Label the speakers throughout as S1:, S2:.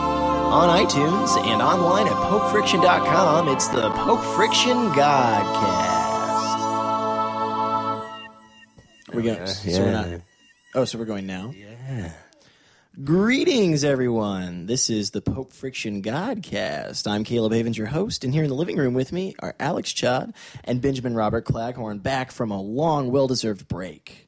S1: on iTunes and online at PopeFriction.com. It's the Pope Friction Godcast.
S2: We go. So we're
S1: yeah.
S2: not. Oh, so we're going now.
S1: Yeah. Greetings, everyone. This is the Pope Friction Godcast. I'm Caleb Havens, your host, and here in the living room with me are Alex Chod and Benjamin Robert Claghorn, back from a long, well-deserved break.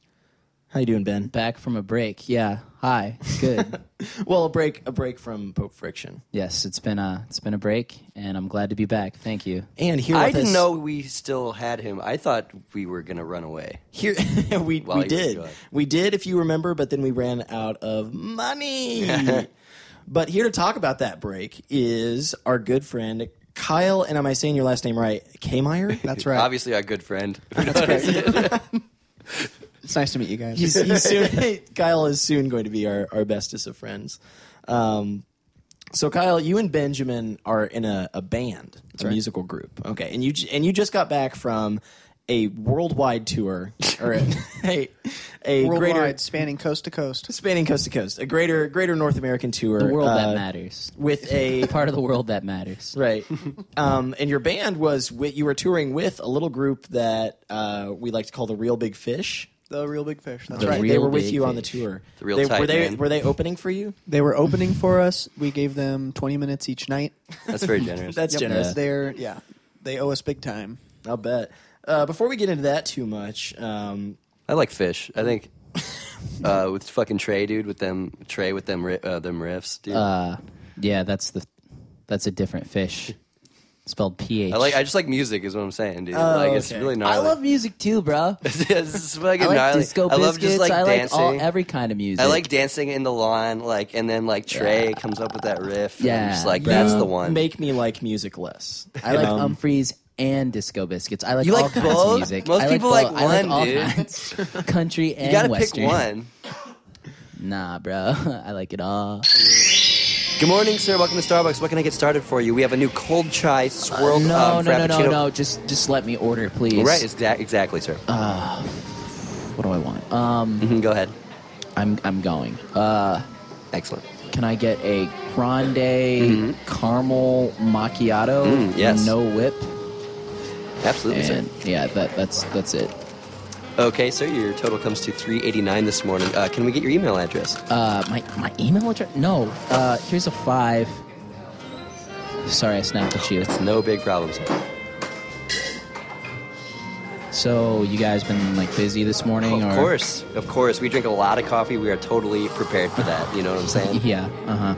S1: How you doing, Ben?
S3: Back from a break. Yeah. Hi. Good.
S1: Well, a break, a break from Pope Friction,
S3: yes, it's been a it's been a break, and I'm glad to be back. Thank you.
S1: and here
S4: I
S1: with
S4: didn't
S1: us-
S4: know we still had him. I thought we were gonna run away.
S1: Here we
S4: While
S1: we
S4: he was
S1: did
S4: gone.
S1: we did if you remember, but then we ran out of money. but here to talk about that break is our good friend Kyle, and am I saying your last name right? Kmeyer.
S2: That's right.
S4: Obviously, our good friend.
S2: It's nice to meet you guys.
S1: he's, he's soon, Kyle is soon going to be our, our bestest of friends. Um, so Kyle, you and Benjamin are in a, a band, a musical group. Okay, and you j- and you just got back from a worldwide tour or a, a, a
S5: worldwide,
S1: greater
S5: spanning coast to coast.
S1: spanning coast to coast, a greater greater North American tour.
S3: The world
S1: uh,
S3: that matters.
S1: With a
S3: Part of the world that matters.
S1: right, um, and your band was with, you were touring with a little group that uh, we like to call the Real Big Fish.
S5: The real big fish. That's
S3: The
S5: right.
S1: they
S3: Real
S1: were with
S3: Big
S1: you on the
S3: Fish.
S1: tour.
S4: The Real
S1: they, were
S4: Tight
S1: they
S4: Man.
S1: were they opening for you?
S5: They were opening for us. We gave them 20 minutes each night.
S4: That's very generous.
S1: That's
S5: Yep,
S1: generous.
S5: They're yeah. They owe us big time.
S1: I'll bet. Uh, before we get into that too much, um,
S4: I like fish. I think uh, with fucking Trey, dude, with them Trey with them ri- uh, them riffs, dude.
S3: Uh, yeah, that's the that's a different fish, spelled P H.
S4: I like. I just like music, is what I'm saying, dude. like it's
S1: okay.
S4: really
S3: Oh, I
S4: gnarly.
S3: love music too, bro.
S4: it's fucking
S3: I like
S4: gnarly.
S3: disco
S4: I
S3: biscuits.
S4: love just like
S3: I like
S4: dancing.
S3: all every kind of music.
S4: I like dancing in the lawn, like, and then like Trey comes up with that riff. and I'm
S3: Yeah.
S4: just like that's
S1: you
S4: the one.
S1: Make me like music less.
S3: I like
S1: Um,
S3: Humphreys and Disco Biscuits. I like
S4: You
S3: all
S4: like
S3: kinds
S4: both?
S3: of music.
S4: Most
S3: I
S4: people
S3: both.
S4: like
S3: I like
S4: one,
S3: all
S4: dude.
S3: kinds. Country and
S4: you gotta
S3: western.
S4: pick one.
S3: Nah, bro. I like it all.
S4: Good morning, sir. Welcome to Starbucks. What can I get started for you? We have a new cold chai swirled
S3: Uh, no,
S4: um,
S3: no, no, no,
S4: frappuccino.
S3: no. Uh-huh. Just, just let me order, please.
S4: Right, exac- exactly, sir.
S3: What do I want? Um,
S4: Mhm, go ahead.
S3: I'm, I'm going. Uh,
S4: Excellent.
S3: can I get a grande caramel macchiato?
S4: Mm-hmm. Mm, yes.
S3: No whip.
S4: Absolutely,
S3: And yeah, that, that's, that's it.
S4: sir. Okay, sir. Your total comes to three eighty nine this morning. Uh, can we get your email address?
S3: Uh, my, my email address? No. Uh, here's a five. Sorry, I snapped at you.
S4: It's no big problem, sir.
S3: So you guys been like busy this morning?
S4: of
S3: or?
S4: course, of course. We drink a lot of coffee. We are totally prepared for that. You know what I'm saying?
S3: Yeah. Uh huh.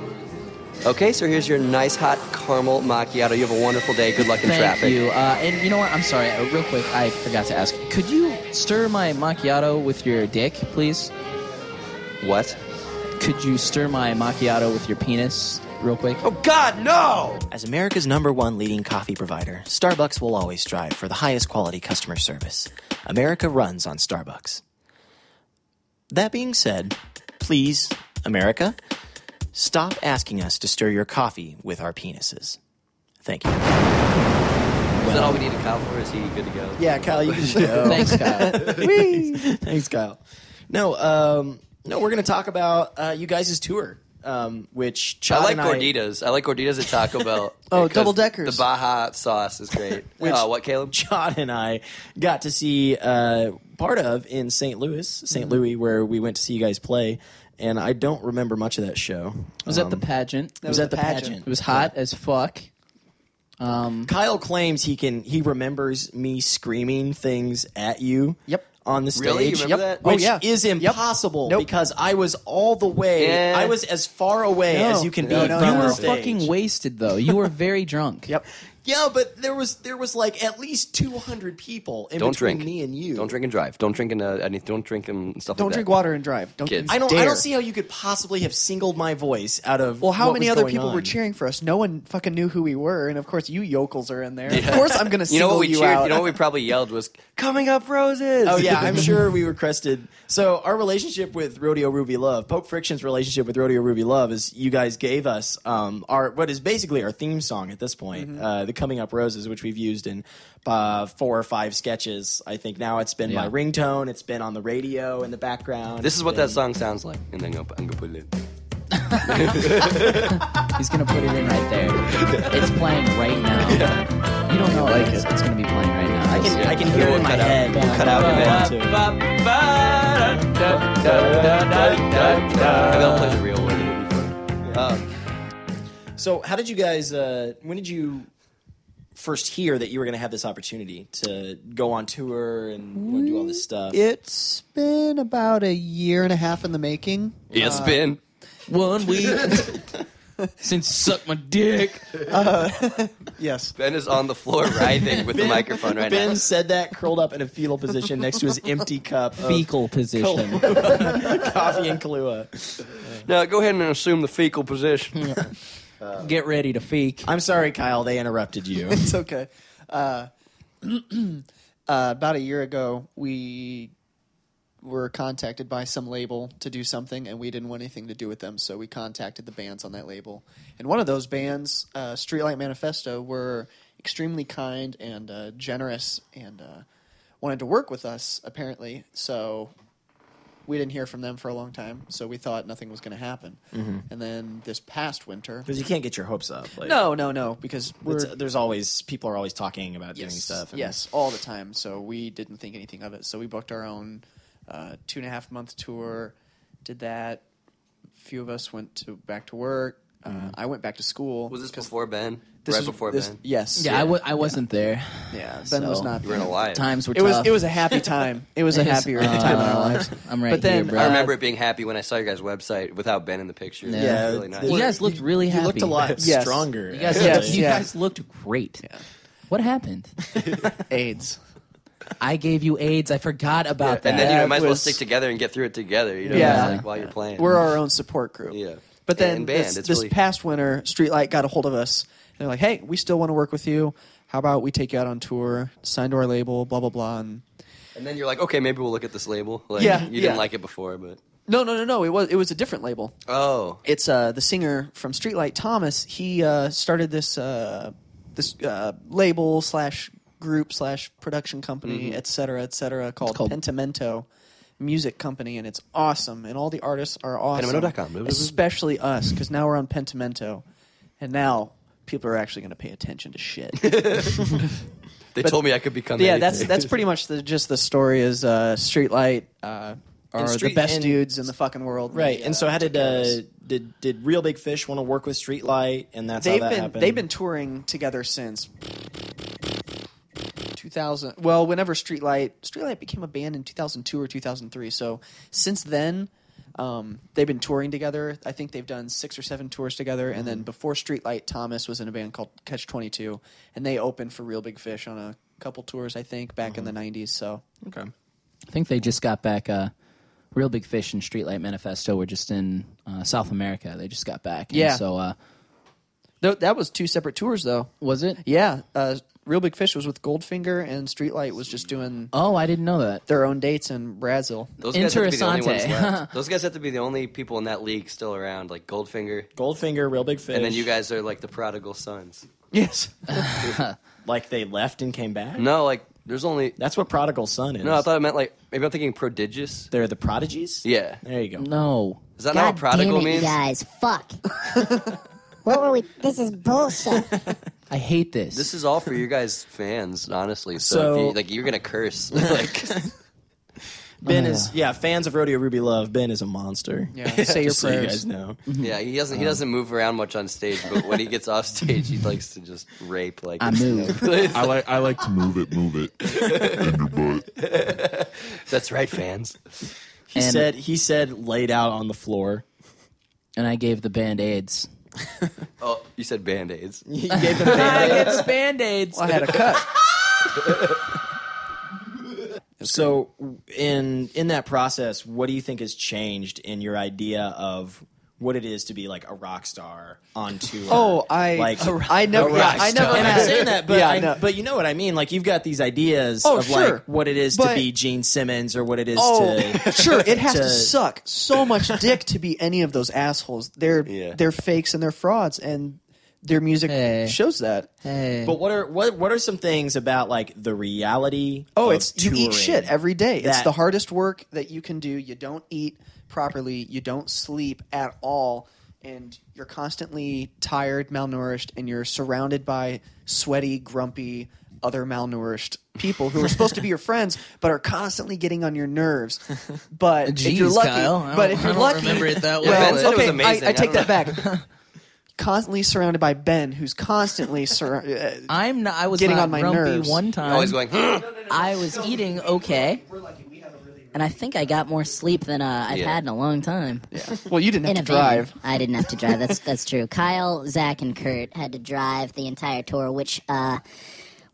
S4: Okay, so here's your nice hot caramel macchiato. You have a wonderful day. Good luck in
S3: Thank
S4: traffic.
S3: you. Uh, and you know what? I'm sorry. Uh, real quick, I forgot to ask. Could you stir my macchiato with your dick, please?
S4: What?
S3: Could you stir my macchiato with your penis, real quick?
S4: Oh God, no!
S1: As America's number one leading coffee provider, Starbucks will always strive for the highest quality customer service. America runs on Starbucks. That being said, please, America, stop asking us to stir your coffee with our penises. Thank you.
S4: Is that all we need to Kyle for? Is he good to go?
S1: Yeah, Kyle, you can go.
S3: Thanks, Kyle.
S1: Thanks, Kyle. No, um, no, we're going to talk about uh, you guys' tour, um, which Chad
S4: I like
S1: and
S4: gorditas. I like gorditas at Taco Bell.
S5: Oh,
S4: because
S5: double deckers.
S4: The Baja sauce is great. uh, what, Caleb?
S1: John and I got to see uh, part of in St. Louis, St.
S5: Mm-hmm.
S1: Louis, where we went to see you guys play. And I don't remember much of that show.
S3: Was that the pageant?
S1: Um, was
S5: was
S1: at the
S5: the pageant.
S1: pageant.
S3: It was hot as fuck. Um,
S1: Kyle claims he can he remembers me screaming things at you.
S5: Yep.
S1: On the stage.
S4: Really? You remember
S1: Yep.
S4: that? Oh,
S1: Which
S5: yeah.
S1: is
S5: Yep.
S1: impossible
S5: Nope.
S1: because I was all the way.
S4: Yeah.
S1: I was as far away
S5: No.
S1: as you can
S5: No,
S1: be
S5: no,
S1: from
S5: no.
S3: you
S1: the
S3: were
S1: stage.
S3: fucking wasted, though. You were very drunk.
S5: Yep.
S1: Yeah, but there was there was like at least two hundred people in
S4: Don't
S1: between
S4: drink.
S1: me and you.
S4: Don't drink and drive. Don't drink and uh, any- don't drink and stuff.
S5: Don't
S4: like
S5: drink
S4: that.
S5: water and drive. Don't
S4: Kids.
S1: I don't. I
S5: dare.
S1: don't see how you could possibly have singled my voice out of.
S5: Well, how
S1: what
S5: many
S1: was
S5: other
S1: going
S5: people
S1: on.
S5: were cheering for us? No one fucking knew who we were, and of course you yokels are in there. Of course I'm gonna
S4: You know what
S5: single
S4: we
S5: you,
S4: cheered?
S5: out.
S4: You know what we probably yelled was "Coming up roses."
S1: Oh yeah, I'm sure we were crested. So our relationship with Rodeo Ruby Love, Pope Friction's relationship with Rodeo Ruby Love, is you guys gave us um, our what is basically our theme song at this point, uh, the Coming Up Roses, which we've used in uh, four or five sketches. I think now it's been my
S3: Yeah.
S1: ringtone. It's been on the radio in the background.
S4: This
S1: It's
S4: is what
S1: been-
S4: that song sounds like, and then I'm gonna, I'm gonna put it in.
S3: He's gonna put it in right there. It's playing right now. You don't know like it. is. It's gonna be playing right now.
S1: I can, I can hear it in my
S4: Cut out.
S1: head.
S3: Cut
S1: out
S3: out.
S4: Maybe I'll play the real one. It'll be fun.
S1: Um, So, how did you guys? Uh, when did you first hear that you were going to have this opportunity to go on tour and you know, do all this stuff?
S5: It's been about a year and a half in the making.
S4: Yeah, spin.
S3: One week since suck my dick.
S5: Yes.
S4: Ben is on the floor writhing with the microphone right
S1: ben
S4: now.
S1: said that curled up in a fetal position next to his empty cup of
S3: Fecal position.
S1: coffee and Kahlua.
S4: Now go ahead and assume the fecal position.
S3: Get ready to feek.
S1: I'm sorry, Kyle. They interrupted you.
S5: It's okay. Uh, uh, about a year ago, we were contacted by some label to do something, and we didn't want anything to do with them, so we contacted the bands on that label. And one of those bands, uh, Streetlight Manifesto, were extremely kind and uh, generous and uh, wanted to work with us, apparently. So we didn't hear from them for a long time, so we thought nothing was going to happen. And then this past winter.
S1: Because you can't get your hopes up. Like,
S5: No, no, no, because we're
S1: it's- there's always people are always talking about doing stuff. and-
S5: Yes, all the time. So we didn't think anything of it. So we booked our own uh, two and a half month tour. Did that. few of us went to back to work. Uh, I went back to school.
S4: Was this before Ben?
S5: This
S4: right
S5: was-
S4: before
S5: this-
S4: Ben.
S5: Yes.
S3: Yeah, I w- I wasn't there.
S5: Yeah, Ben was
S3: so-
S5: not.
S4: You were in a lie.
S3: Times were
S5: It
S3: tough.
S5: was it was a happy time. It was a happier
S3: Uh,
S5: time in our lives.
S3: I'm right
S5: But then,
S3: here, bro.
S4: I remember it being happy when I saw your guys' website without Ben in the picture. Yeah,
S1: Yeah,
S4: really nice.
S3: You guys looked really
S1: You looked
S3: happy.
S1: a lot
S5: Yes.
S1: stronger.
S3: You guys,
S1: actually.
S5: Yes,
S3: looked, you
S5: yeah.
S3: guys looked great. What happened?
S5: AIDS.
S3: I gave you AIDS. I forgot about that.
S4: and then you know,
S5: That
S4: might as well
S5: was-
S4: stick together and get through it together. You know,
S5: Yeah.
S4: it's like while you're playing.
S5: We're our own support group.
S4: Yeah.
S5: But then
S4: And band,
S5: this,
S4: it's
S5: this
S4: really-
S5: past winter, Streetlight got a hold of us. And they're like, hey, we still want to work with you. How about we take you out on tour, sign to our label, blah, blah, blah. And
S4: and then you're like, okay, maybe we'll look at this label. Like,
S5: Yeah,
S4: you
S5: yeah.
S4: didn't like it before, but
S5: no, no, no, no. It was, it was a different label.
S4: oh,
S5: It's uh, the singer from Streetlight, Thomas. He uh, started this, uh, this uh, label slash group slash production company,
S1: Mm-hmm.
S5: et cetera, et cetera, called,
S3: called-
S5: Pentimento Music Company. And it's awesome. And all the artists are awesome.
S4: Pentimento.com.
S5: Especially us, because now we're on Pentimento. And now people are actually going to pay attention to shit.
S4: they told me I could become.
S5: yeah,
S4: anything.
S5: that's that's pretty much the just the story is uh, Streetlight uh, are
S1: Street-
S5: the best
S1: and-
S5: dudes in the fucking world.
S1: Right.
S5: Yeah.
S1: and so, how did uh, did did Real Big Fish want to work with Streetlight? And that's
S5: they've
S1: how that
S5: been
S1: happened.
S5: they've been touring together since 2000. Well, whenever Streetlight Streetlight became a band in 2002 or 2003. So since then. Um, they've been touring together. I think they've done six or seven tours together. And
S1: Mm-hmm.
S5: then before Streetlight, Thomas was in a band called Catch Twenty Two, and they opened for Real Big Fish on a couple tours, I think, back in the
S1: Mm-hmm.
S5: '90s. So
S1: okay.
S3: I think they just got back. Uh, Real Big Fish and Streetlight Manifesto were just in uh, South America. They just got back. And
S5: Yeah.
S3: So uh,
S5: Th- that was two separate tours, though.
S3: was it?
S5: Yeah, uh, Real Big Fish was with Goldfinger, and Streetlight was just doing
S3: Oh, I didn't know that.
S5: their own dates in Brazil.
S4: Those guys have to be the only ones
S3: Interessante.
S5: Uh-huh.
S4: left. Those guys have to be the only people in that league still around, like Goldfinger,
S1: Goldfinger, Real Big Fish.
S4: and then you guys are like the prodigal sons.
S5: Yes,
S1: like they left and came back.
S4: No, like there's only.
S1: That's what prodigal son is.
S4: No, I thought it meant like maybe I'm thinking prodigious.
S1: they're the prodigies.
S4: Yeah,
S1: There you go.
S3: No.
S4: is that not what
S6: God
S4: prodigal
S6: damn it,
S4: means?
S6: You guys, fuck. what were we? This is bullshit.
S3: I hate this.
S4: This is all for you guys fans, honestly. So,
S1: So-
S4: if you, like you're gonna curse. Like
S1: Ben is yeah. Fans of Rodeo Ruby love. Ben is a monster.
S5: Yeah, say your
S1: Just so you
S5: prayers. Mm-hmm.
S1: guys know.
S4: yeah, he doesn't he doesn't move around much on stage, but when he gets off stage he likes to just rape like
S3: I move.
S7: I like I like to move it, move it, and your butt.
S4: That's right, fans.
S1: He
S3: And-
S1: said he said laid out on the floor.
S3: and I gave the band AIDS.
S4: Oh, you said band aids.
S1: He gave them band
S3: band aids.
S5: I had a cut.
S1: So in in that process, what do you think has changed in your idea of what it is to be like a rock star on tour?
S5: Oh, I
S1: like
S5: I never
S1: a rock
S5: I never
S1: star. and I'm
S5: had-
S1: saying that, but
S5: Yeah,
S1: I,
S5: no.
S1: but you know what I mean. Like you've got these ideas
S5: Oh,
S1: of
S5: sure.
S1: like what it is to
S5: But-
S1: be Gene Simmons or what it is
S5: Oh,
S1: to
S5: sure. It has to,
S1: to-
S5: suck so much dick to be any of those assholes. They're
S4: Yeah.
S5: they're fakes and they're frauds, and their music
S3: Hey.
S5: shows that.
S1: But what are what what are some things about like the reality?
S5: Oh,
S1: of
S5: it's you
S1: touring?
S5: eat shit every day. it's
S1: That-
S5: the hardest work that you can do. You don't eat properly. You don't sleep at all, and you're constantly tired, malnourished, and you're surrounded by sweaty, grumpy, other malnourished people who are supposed to be your friends, but are constantly getting on your nerves. But if you're
S3: Jeez,
S5: lucky,
S3: Kyle, I
S5: but
S3: don't-
S5: if you're
S3: I don't
S5: lucky,
S3: remember it that well,
S5: well,
S4: Ben said it was
S5: okay,
S4: amazing.
S5: I, I
S4: I
S5: take
S4: don't
S5: that back. constantly surrounded by Ben, who's constantly uh, surrounded.
S3: I'm not. I was
S5: Getting
S3: not
S5: on my
S3: grumpy
S5: nerves.
S3: one time.
S4: Always going.
S8: I was eating okay, and I think I got more sleep than uh, I've
S4: Yeah.
S8: had in a long time.
S5: well, you didn't have
S8: In
S5: to
S8: a
S5: drive.
S8: van. I didn't have to drive. That's that's true. Kyle, Zach, and Kurt had to drive the entire tour, which uh,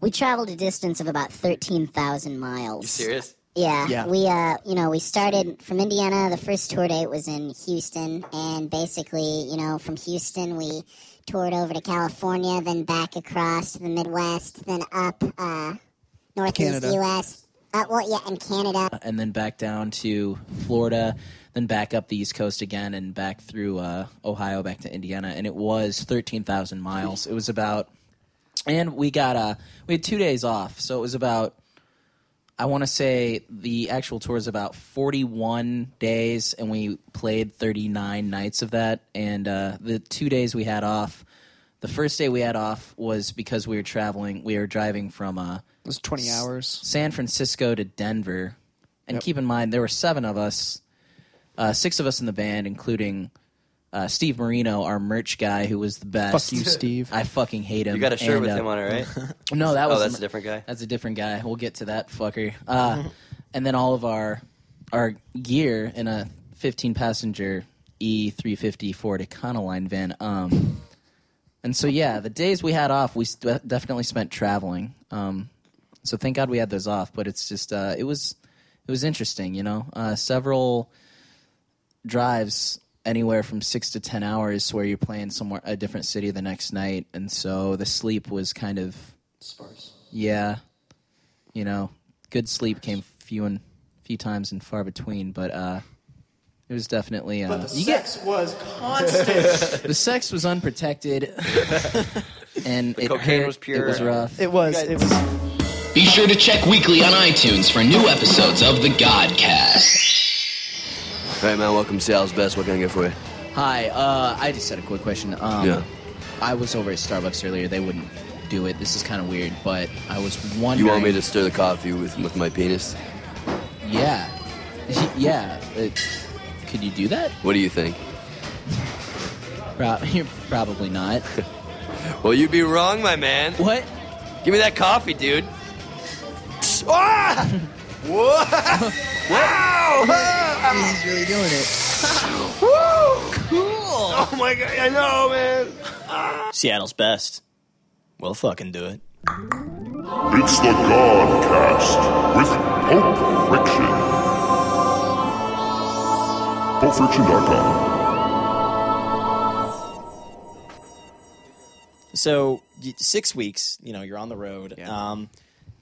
S8: we traveled a distance of about thirteen thousand miles.
S4: Serious?
S6: Yeah,
S5: Yeah.
S6: we uh, you know, we started from Indiana. The first tour date was in Houston, and basically, you know, from Houston we toured over to California, then back across to the Midwest, then up uh, northeast
S5: Canada.
S6: U.S. Uh, well, yeah, and Canada.
S3: and then back down to Florida, then back up the East Coast again, and back through uh, Ohio, back to Indiana, and it was thirteen thousand miles. It was about, and we got uh, we had two days off, so it was about. I want to say the actual tour is about forty-one days, and we played thirty-nine nights of that. And uh, the two days we had off, the first day we had off was because we were traveling. We were driving from uh,
S5: It was 20 hours.
S3: San Francisco to Denver. And keep in mind, there were seven of us, uh, six of us in the band, including uh, Steve Marino, our merch guy, who was the best.
S2: Fuck you, Steve.
S3: I fucking hate him.
S4: You got a shirt
S3: And,
S4: with
S3: uh,
S4: him on it, right?
S3: No, that
S4: Oh,
S3: was
S4: that's a different guy.
S3: That's a different guy. We'll get to that fucker. Uh, and then all of our our gear in a 15 passenger E350 Ford Econoline van. Um, and so yeah, the days we had off, we s- de- definitely spent traveling. Um, so thank God we had those off. But it's just uh, it was it was interesting, you know. Uh, several drives anywhere from six to ten hours where you're playing somewhere a different city the next night, and so the sleep was kind of yeah. You know, good sleep came few and few times and far between, but uh it was definitely uh you get
S5: was constant.
S3: the sex was unprotected and it
S4: cocaine
S3: hurt,
S4: was pure.
S3: It was rough.
S5: it was. It was.
S9: Be sure to check weekly on iTunes for new episodes of the Godcast.
S4: All right, man. Welcome to Sal's Best. What can I get for you?
S3: Hi, uh I just had a quick question. Um
S4: Yeah.
S3: I was over at Starbucks earlier, they wouldn't do it. This is kinda weird, but I was
S4: You
S3: wondering
S4: want me to stir the coffee with with my penis?
S3: Yeah. yeah. It, could you do that?
S4: What do you think?
S3: Prob- probably not.
S4: Well, you'd be wrong, my man.
S3: what?
S4: Give me that coffee, dude. Ah! Whoa! Wow! Ah!
S3: He's really doing it.
S4: Woo! Cool! Oh my god! I know, man.
S1: Seattle's best. We'll fucking do it.
S7: It's the Godcast with Pope Friction. PopeFriction.com.
S1: So y- six weeks, you know, you're on the road. Um,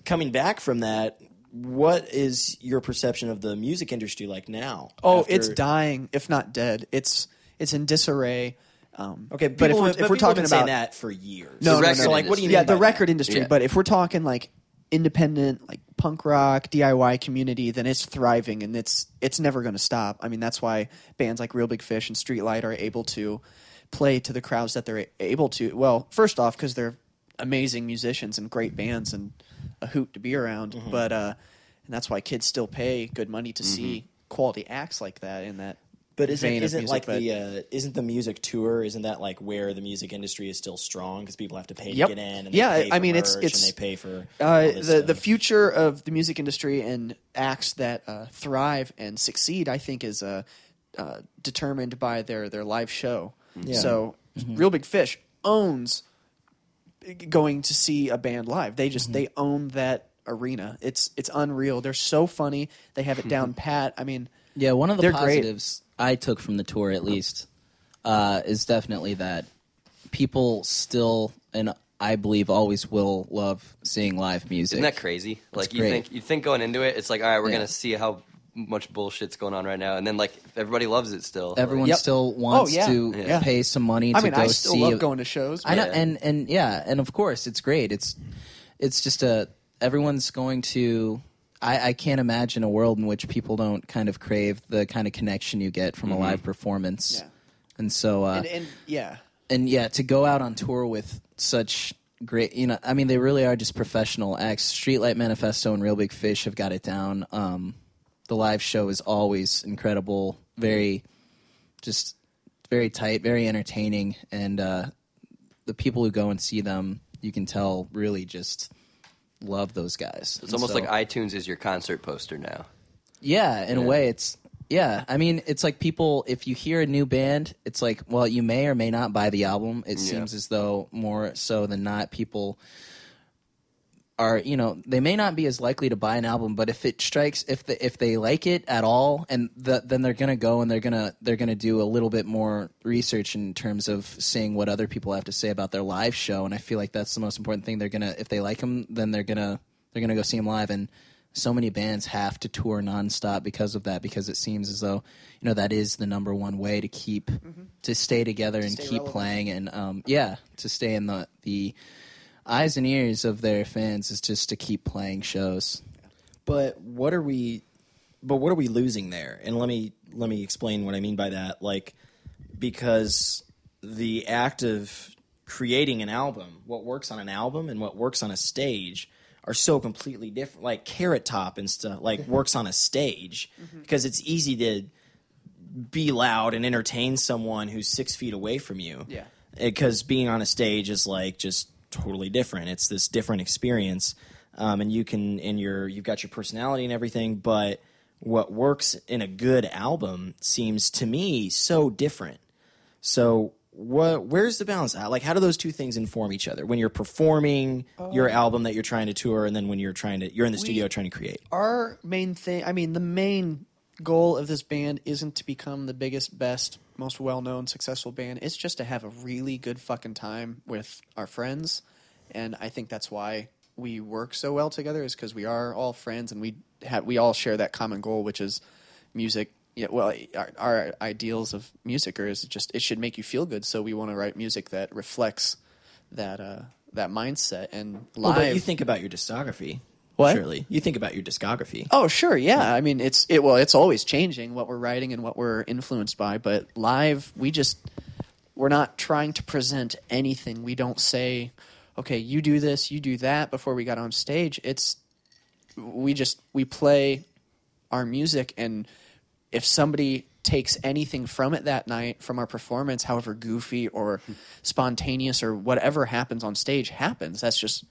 S1: coming back from that, what is your perception of the music industry like now?
S5: Oh,
S1: After-
S5: it's dying, if not dead. It's it's in disarray. Um,
S1: Okay,
S5: but if
S1: people
S5: we're,
S1: have-
S5: if
S1: people
S5: we're
S1: have
S5: talking
S1: been saying
S5: about
S1: that for years,
S5: no,
S4: The
S5: no, no,
S4: record
S1: so like, what do you
S5: yeah,
S1: mean by
S5: the
S1: that?
S5: record industry.
S4: Yeah.
S5: But if we're talking like independent, like punk rock DIY community, then it's thriving and it's it's never going to stop. I mean, that's why bands like Real Big Fish and Streetlight are able to play to the crowds that they're able to. Well, first off, because they're amazing musicians and great bands and a hoot to be around. But uh, and that's why kids still pay good money to see quality acts like that in that.
S1: But isn't
S5: vein of
S1: isn't
S5: music,
S1: like
S5: but-
S1: the uh, isn't the music tour? Isn't that like where the music industry is still strong because people have to pay to
S5: Yep.
S1: get in? And
S5: Yeah,
S1: they pay
S5: I
S1: for
S5: mean, it's-
S1: merch,
S5: it's-
S1: and they pay for all
S5: Uh,
S1: this
S5: the the
S1: stuff.
S5: future of the music industry and acts that uh, thrive and succeed, I think, is uh, uh, determined by their their live show. So,
S3: Mm-hmm.
S5: Real Big Fish owns going to see a band live. They just
S3: Mm-hmm.
S5: they own that arena. It's it's unreal. They're so funny. They have it down pat. I mean,
S3: Yeah, one of the
S5: They're great.
S3: positives I took from the tour, at least, uh, is definitely that people still and I believe always will love seeing live music.
S4: Isn't that crazy? Like you
S3: great.
S4: think you think going into it, it's like, all right, we're
S3: Yeah.
S4: gonna see how much bullshit's going on right now, and then like everybody loves it still.
S3: Everyone
S5: Yep.
S3: still wants
S5: Oh, yeah.
S3: to
S5: Yeah.
S3: pay some money to
S5: I mean,
S3: go
S5: I still
S3: see.
S5: love going to shows.
S3: I know,
S5: but-
S3: and and yeah, and of course it's great. It's it's just a everyone's going to. I, I can't imagine a world in which people don't kind of crave the kind of connection you get from a live performance.
S5: Yeah.
S3: And so, uh,
S5: And, and yeah,
S3: and yeah, to go out on tour with such great, you know, I mean, they really are just professional acts. Streetlight Manifesto and Real Big Fish have got it down. Um, the live show is always incredible, very, just very tight, very entertaining, and uh, the people who go and see them, you can tell, really just love those guys.
S4: It's almost like iTunes is your concert poster now.
S3: Yeah, in a way, it's yeah. I mean, it's like people. If you hear a new band, it's like, well, you may or may not buy the album. It seems as though more so than not, people are you know they may not be as likely to buy an album, but if it strikes, if the, if they like it at all, and the, then they're gonna go and they're gonna they're gonna do a little bit more research in terms of seeing what other people have to say about their live show. And I feel like that's the most important thing. They're gonna if they like them, then they're gonna they're gonna go see them live and so many bands have to tour nonstop because of that because it seems as though you know that is the number one way to keep Mm-hmm. to stay together and keep playing and um, yeah to stay in the the eyes and ears of their fans is just to keep playing shows
S1: But what are we? But what are we losing there? And let me let me explain what I mean by that. Like because the act of creating an album, what works on an album and what works on a stage are so completely different. Like Carrot Top and stuff, like works on a stage because it's easy to be loud and entertain someone who's six feet away from you.
S5: Yeah.
S1: Because being on a stage is like just totally different. It's this different experience, um, and you can and your you've got your personality and everything, but what works in a good album seems to me so different. So what where's the balance at? Like how do those two things inform each other when you're performing your
S5: Um,
S1: album that you're trying to tour and then when you're trying to you're in the studio trying to create?
S5: our main thing i mean the main goal of this band isn't to become the biggest best most well-known successful band it's just to have a really good fucking time with our friends and i think that's why we work so well together is because we are all friends and we have we all share that common goal which is music yeah, well, our, our ideals of music are is just it should make you feel good. So we want to write music that reflects that uh, that mindset and
S1: Well,
S5: live.
S1: but you think about your discography.
S5: What?
S1: Surely. You think about your discography.
S5: Oh, sure, yeah. I mean, it's it. Well, it's always changing what we're writing and what we're influenced by. But live, we just we're not trying to present anything. We don't say, okay, you do this, you do that before we got on stage. It's we just we play our music, and if somebody takes anything from it that night from our performance, however goofy or spontaneous or whatever happens on stage happens. That's just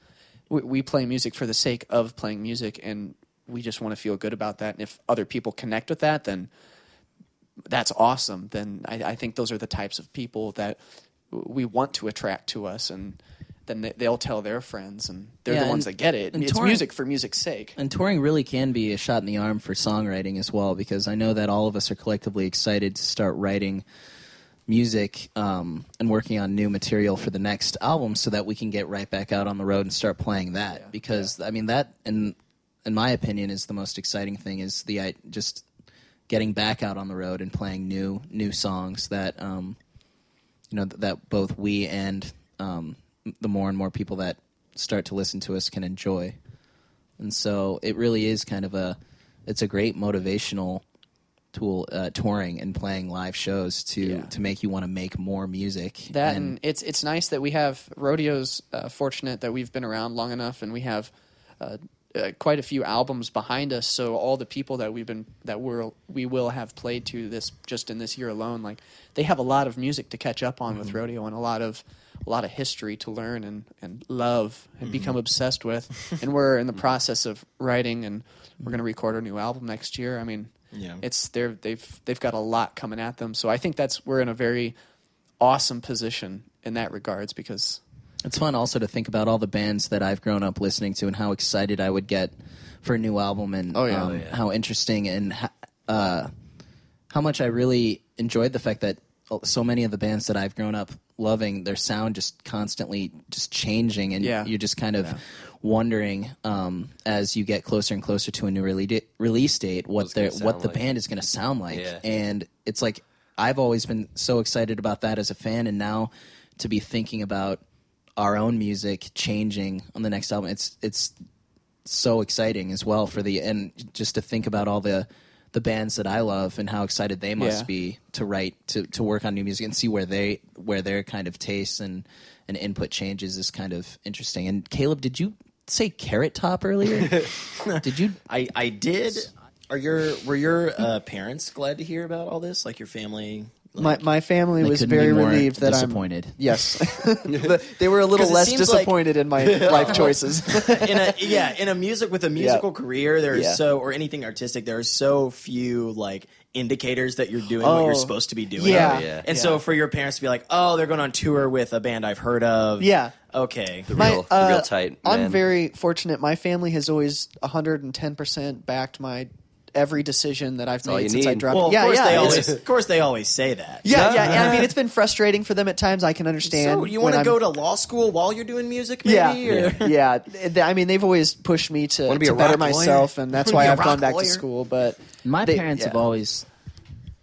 S5: we, we play music for the sake of playing music and we just want to feel good about that and if other people connect with that then that's awesome then i, I think those are the types of people that w- we want to attract to us and then they, they'll tell their friends and they're
S3: Yeah,
S5: the ones
S3: and-
S5: that get it
S3: and
S5: it's
S3: touring-
S5: music for music's sake
S3: and touring really can be a shot in the arm for songwriting as well because i know that all of us are collectively excited to start writing music um, and working on new material for the next album so that we can get right back out on the road and start playing that because i mean that and in my opinion is the most exciting thing is the i just getting back out on the road and playing new new songs that um, you know th- that both we and um, the more and more people that start to listen to us can enjoy and so it really is kind of a it's a great motivational tool uh, touring and playing live shows to to make you want to make more music
S5: That and, it's it's nice that we have rodeos. Uh, fortunate that we've been around long enough, and we have uh, uh, quite a few albums behind us. So all the people that we've been that we're we will have played to this just in this year alone, like they have a lot of music to catch up on with
S3: Mm-hmm.
S5: rodeo and a lot of a lot of history to learn and and love and become
S3: Mm-hmm.
S5: obsessed with. and we're in the process of writing, and we're going to record our new album next year. I mean.
S1: Yeah.
S5: It's they're they've they've got a lot coming at them, so I think that's we're in a very awesome position in that regards because
S3: It's fun also to think about all the bands that I've grown up listening to and how excited I would get for a new album and
S5: yeah.
S3: um,
S5: Oh,
S3: how interesting and ho- uh, how much I really enjoyed the fact that oh, so many of the bands that I've grown up loving their sound just constantly just changing and
S5: Yeah.
S3: you're just kind of wondering um, as you get closer and closer to a new rele- release date what
S4: gonna
S3: their what
S4: sound
S3: the
S4: like.
S3: band is going to sound like
S4: Yeah.
S3: and it's like I've always been so excited about that as a fan, and now to be thinking about our own music changing on the next album, it's it's so exciting as well for the and just to think about all the the bands that I love and how excited they must
S5: Yeah.
S3: be to write to, to work on new music and see where they where their kind of tastes and and input changes is kind of interesting. And Caleb, did you say carrot top earlier? did you?
S1: I, I did. Are your were your uh, parents glad to hear about all this? Like your family?
S5: My, my family
S3: They
S5: was
S3: couldn't be
S5: very
S3: more
S5: relieved that
S3: disappointed.
S5: I'm Yes, The- they were a little
S1: 'Cause it
S5: less
S1: seems like-
S5: disappointed in my life choices.
S1: in a yeah, in a music with a musical career, there are
S5: Yeah.
S1: so or anything artistic, there are so few like indicators that you're doing what
S5: Oh.
S1: you're supposed to be doing.
S5: Yeah.
S4: Oh, yeah.
S1: And so for your parents to be like, "Oh, they're going on tour with a band I've heard of."
S5: Yeah.
S1: Okay.
S5: My-
S4: real,
S5: uh,
S4: real tight.
S5: I'm
S4: man.
S5: very fortunate. My family has always 110 percent backed my every decision that I've
S4: all you
S5: made since I
S4: need.
S5: dropped.
S1: Well, of
S5: yeah,
S1: course
S5: yeah,
S1: they
S5: it's-
S1: always of course they always say that.
S5: yeah, yeah, yeah. I mean, it's been frustrating for them at times. I can understand.
S1: So you want
S5: when
S1: to go
S5: I'm-
S1: to law school while you're doing music? Maybe,
S5: Yeah,
S1: Or?
S5: yeah. yeah. Th- I mean, they've always pushed me to,
S4: Wanna be
S5: to
S4: a
S5: better
S4: rock lawyer?
S5: myself, and that's
S1: Wanna
S5: why
S1: be a
S5: I've gone
S1: rock
S5: back
S1: lawyer?
S5: to school. But
S3: My
S5: They-
S3: parents have
S5: yeah.
S3: always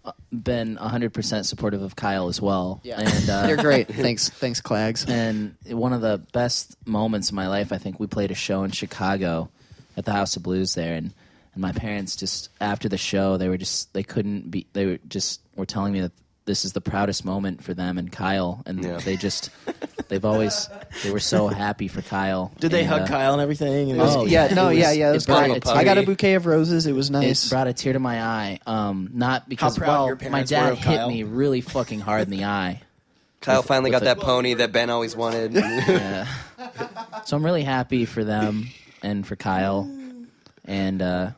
S3: uh, been 100% supportive of Kyle as well.
S5: Yeah.
S3: And, uh,
S5: they're great. Thanks, thanks, Clags.
S3: And one of the best moments in my life, I think we played a show in Chicago at the House of Blues there, and and my parents just after the show they were just they couldn't be they were just were telling me that this is the proudest moment for them and Kyle, and
S4: Yeah.
S3: they just they've always they were so happy for Kyle.
S1: Did they
S3: and,
S1: hug
S3: uh,
S1: Kyle and everything? And
S3: Oh,
S5: yeah,
S3: yeah.
S5: no,
S3: It
S5: yeah,
S3: was-
S5: yeah. It
S3: it
S5: was
S3: brought
S5: great.
S4: a
S5: I got a
S4: teary.
S5: bouquet of roses. It was
S3: It
S5: nice.
S3: brought a tear to my eye, um, not because
S1: proud
S3: well,
S1: your
S3: my
S1: parents were
S3: dad
S1: of
S3: hit
S1: Kyle.
S3: me really fucking hard in the eye.
S4: Kyle finally
S3: with
S4: got
S3: a-
S4: that pony that Ben always wanted.
S3: So I'm really happy for them and for Kyle. And uh,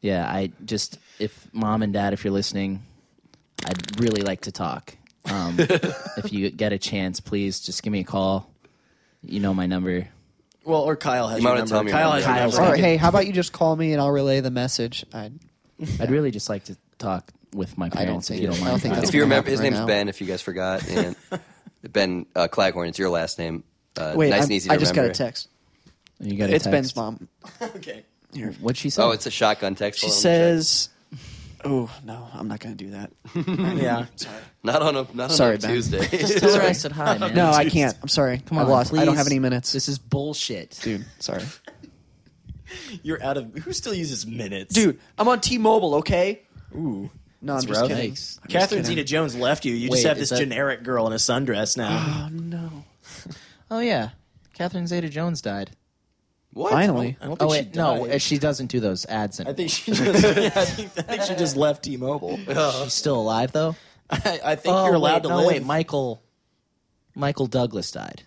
S3: yeah, I just if mom and dad, if you're listening, I'd really like to talk. Um, if you get a chance, please just give me a call. You know my number.
S1: well, or Kyle has
S4: You might
S1: your
S4: wanna
S1: number.
S4: tell me
S1: Kyle
S4: when
S1: has
S4: you're
S1: your
S3: Kyle's
S1: number.
S5: All
S3: got
S5: right, hey, how about you just call me and I'll relay the message? I,
S3: I'd really just like to talk with my parents if
S5: think
S3: you
S5: it-
S3: don't
S5: I
S3: mind.
S5: don't think
S3: Kyle.
S5: that's
S4: if you
S5: gonna
S4: remember, his
S5: happen
S4: name's
S5: right now.
S4: Ben. If you guys forgot, and Ben uh, Claghorn. It's your last name. Uh,
S5: wait,
S4: nice
S5: I'm-
S4: and easy to
S5: I just
S4: remember.
S5: got a text.
S3: you got a
S5: It's
S3: text.
S5: Ben's mom.
S1: Okay.
S3: What'd she say?
S4: Oh, it's a shotgun text.
S5: She
S4: Hold on, let me check.
S5: says, "Oh no, I'm not going to do that.
S1: Yeah.
S4: "Not on a not
S5: Sorry,
S4: on a
S5: Ben.
S4: Tuesday."
S3: Tell her I said hi, man.
S5: No, I can't. I'm sorry.
S3: Come
S5: I
S3: on,
S5: lost. I don't
S3: please.
S5: have any minutes,
S3: This is bullshit.
S5: dude. Sorry,
S1: You're out of who still uses minutes?
S5: dude. I'm on T-Mobile. Okay.
S1: Ooh.
S5: No, I'm
S1: That's
S5: just
S1: rough.
S5: kidding.
S3: Yikes.
S5: I'm just
S1: Catherine
S5: kidding.
S1: Zeta Jones left you. You
S3: Wait,
S1: just have
S3: is
S1: this
S3: that-
S1: generic girl in a sundress now.
S5: Oh no.
S3: Oh yeah, Catherine Zeta-Jones died.
S4: what?
S5: Finally.
S1: I don't think
S3: Oh
S1: she
S3: wait, no,
S1: died.
S3: she doesn't do those ads. Anymore.
S1: I think she just. yeah, I, think, I think she just left T-Mobable.
S3: She's still alive though.
S1: I, I think you're allowed to
S3: Oh, wait, no,
S1: live.
S3: wait, Michael. Michael Douglas died.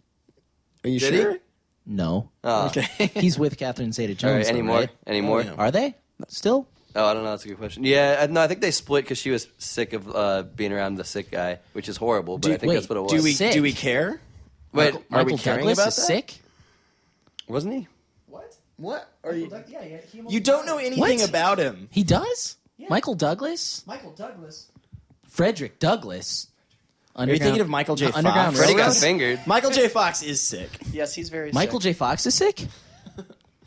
S1: Are you
S4: Did
S1: sure?
S4: he?
S3: No,
S4: Oh.
S3: he's with Catherine Zeta-Jones.
S4: All right,
S3: though,
S4: anymore?
S3: right?
S4: Anymore?
S1: Oh, yeah.
S3: Are they still?
S4: Oh, I don't know. That's a good question. Yeah, I, no, I think they split because she was sick of uh, being around the sick guy, which is horrible. But
S3: Do-
S4: I think
S3: wait,
S4: that's what it was.
S1: Do we
S3: Sick.
S1: do we care?
S4: Wait,
S3: Michael,
S4: are
S3: Michael
S4: we caring
S3: Douglas
S4: about
S3: is
S4: that?
S3: sick.
S4: Wasn't he?
S1: What are you? You don't know anything
S3: What?
S1: about him.
S3: He does. Michael Douglas.
S5: Michael Douglas.
S3: Frederick Douglas.
S1: Are you
S3: Underground-
S1: thinking of Michael J.
S3: Underground
S1: Fox?
S4: Freddie got
S3: Railroad?
S4: fingered.
S1: Michael J. Fox is sick.
S5: Yes, he's very
S3: Michael J.
S5: sick.
S3: Fox is sick.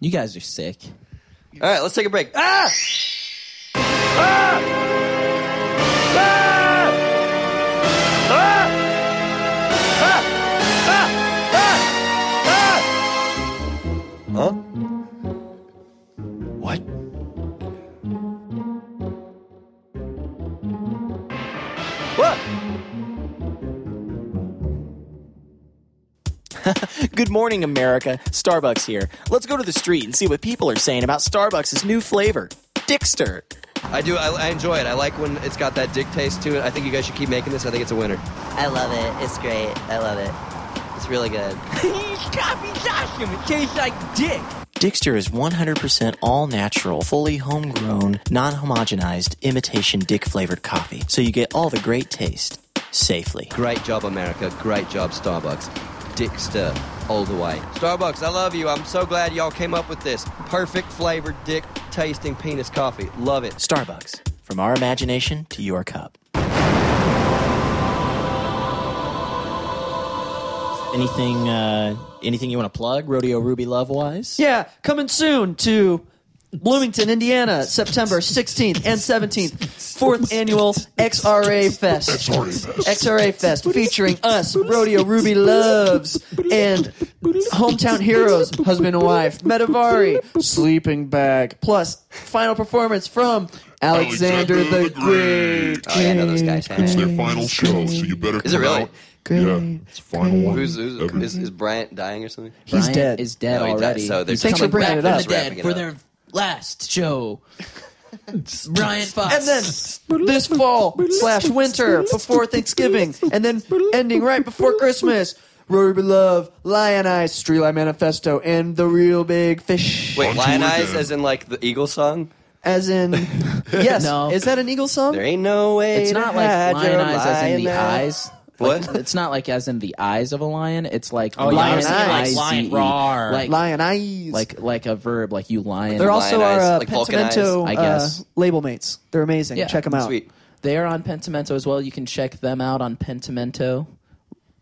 S3: you guys are sick.
S4: All right, let's take a break. Ah! Ah! Ah! Ah! Huh? What? What?
S1: Good morning, America. Starbucks here. Let's go to the street and see what people are saying about Starbucks' new flavor, Dickster.
S4: I do. I, I enjoy it. I like when it's got that dick taste to it. I think you guys should keep making this. I think it's a winner.
S10: I love it. It's great. I love it. It's really good. Coffee's awesome. It tastes like dick.
S1: Dickster is 100% all natural, fully homegrown, non homogenized, imitation dick flavored coffee. So you get all the great taste safely.
S4: Great job, America. Great job, Starbucks. Dickster, all the way. Starbucks, I love you. I'm so glad y'all came up with this. Perfect flavored dick tasting penis coffee. Love it.
S1: Starbucks, from our imagination to your cup. Anything, uh, anything you want to plug? Rodeo Ruby Love wise?
S5: Yeah, coming soon to Bloomington, Indiana, September 16th and 17th, fourth annual XRA Fest. XRA Fest featuring us, Rodeo Ruby Loves, and Hometown Heroes, husband and wife, Metavari, Sleeping Bag, plus final performance from Alexander the Great.
S4: Oh, yeah, I know those guys.
S7: It's their final show, so you better
S4: Is it
S7: come
S4: really?
S7: out. Yeah, it's the final one.
S4: Who's, who's
S7: ever.
S4: is, is Bryant dying or something?
S2: He's
S3: Bryant
S2: dead.
S3: Is dead
S4: No, he died,
S3: already.
S4: so they're
S3: He's
S4: just
S3: coming
S5: Thanks
S3: back
S5: for bringing it
S3: from
S5: up.
S3: the dead
S4: Wrapping it
S3: for
S4: up.
S3: their last show. Brian Fox.
S5: And then this fall slash winter before Thanksgiving, and then ending right before Christmas. Ruby Love, Lion Eyes, Streetlight Manifesto, and The Real Big Fish.
S4: Wait,
S7: On
S4: Lion
S7: tour
S4: Eyes,
S7: again.
S4: as in like the Eagle song?
S5: As in, yes,
S3: No.
S5: is that an Eagle song?
S4: There ain't no way.
S3: it's
S4: to
S3: not like
S4: hide
S3: lion
S4: your
S3: eyes as in the
S4: lion
S3: eyes.
S4: What?
S3: Like, it's not like as in the eyes of a lion. It's like
S2: Oh, yeah,
S3: lion,
S5: I was thinking like
S3: eyes,
S2: lion,
S3: E-E.
S2: roar.
S3: like
S5: Lion Eyes.
S3: like like a verb, like you lion.
S5: They're
S4: Lion
S5: also our
S4: Eyes,
S5: uh,
S4: like Vulcan Eyes,
S5: Pentimento
S3: I guess.
S5: uh, label mates. They're amazing.
S3: Yeah.
S5: Check them out.
S4: Sweet.
S3: They are on Pentimento as well. You can check them out on Pentimento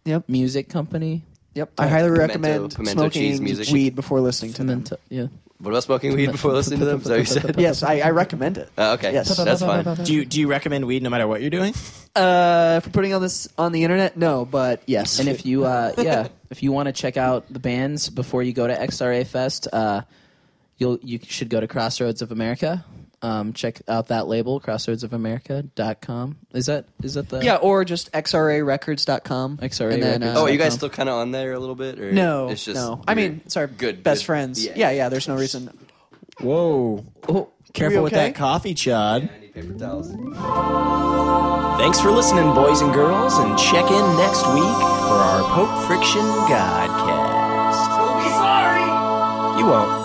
S5: Yep.
S3: Music Company.
S5: Yep. I highly
S4: Pimento-
S5: recommend
S4: pimento
S5: smoking
S4: cheese music.
S5: weed before listening to them.
S3: Pimento, yeah.
S4: What about smoking weed before listening to them? Is that what you said?
S5: Yes, I, I recommend it.
S4: Oh, okay,
S5: Yes.
S4: that's fine.
S1: Do you do you recommend weed no matter what you're doing?
S5: Uh, for putting on this on the internet, no, but yes.
S3: And if you, uh, yeah, if you want to check out the bands before you go to XRA Fest, uh, you'll you should go to Crossroads of America. Um, check out that label, crossroadsofamerica.com. Is that is that the
S5: yeah, or just xrarecords.com.
S3: XRA
S5: and then,
S3: Records.
S4: Oh, are you
S3: dot
S4: guys
S3: com.
S4: still kind of on there a little bit? Or
S5: No,
S4: it's just
S5: no. I
S4: you're
S5: mean, it's our
S4: good
S5: best
S4: good-
S5: friends.
S4: Yeah.
S5: Yeah. yeah, There's no reason.
S1: Whoa.
S3: Oh,
S1: Careful
S5: we
S1: with
S5: okay?
S1: that coffee, Chad.
S4: I need paper towels.
S1: Thanks for listening, boys and girls, and check in next week for our Pope Friction Godcast. You'll be sorry. You won't.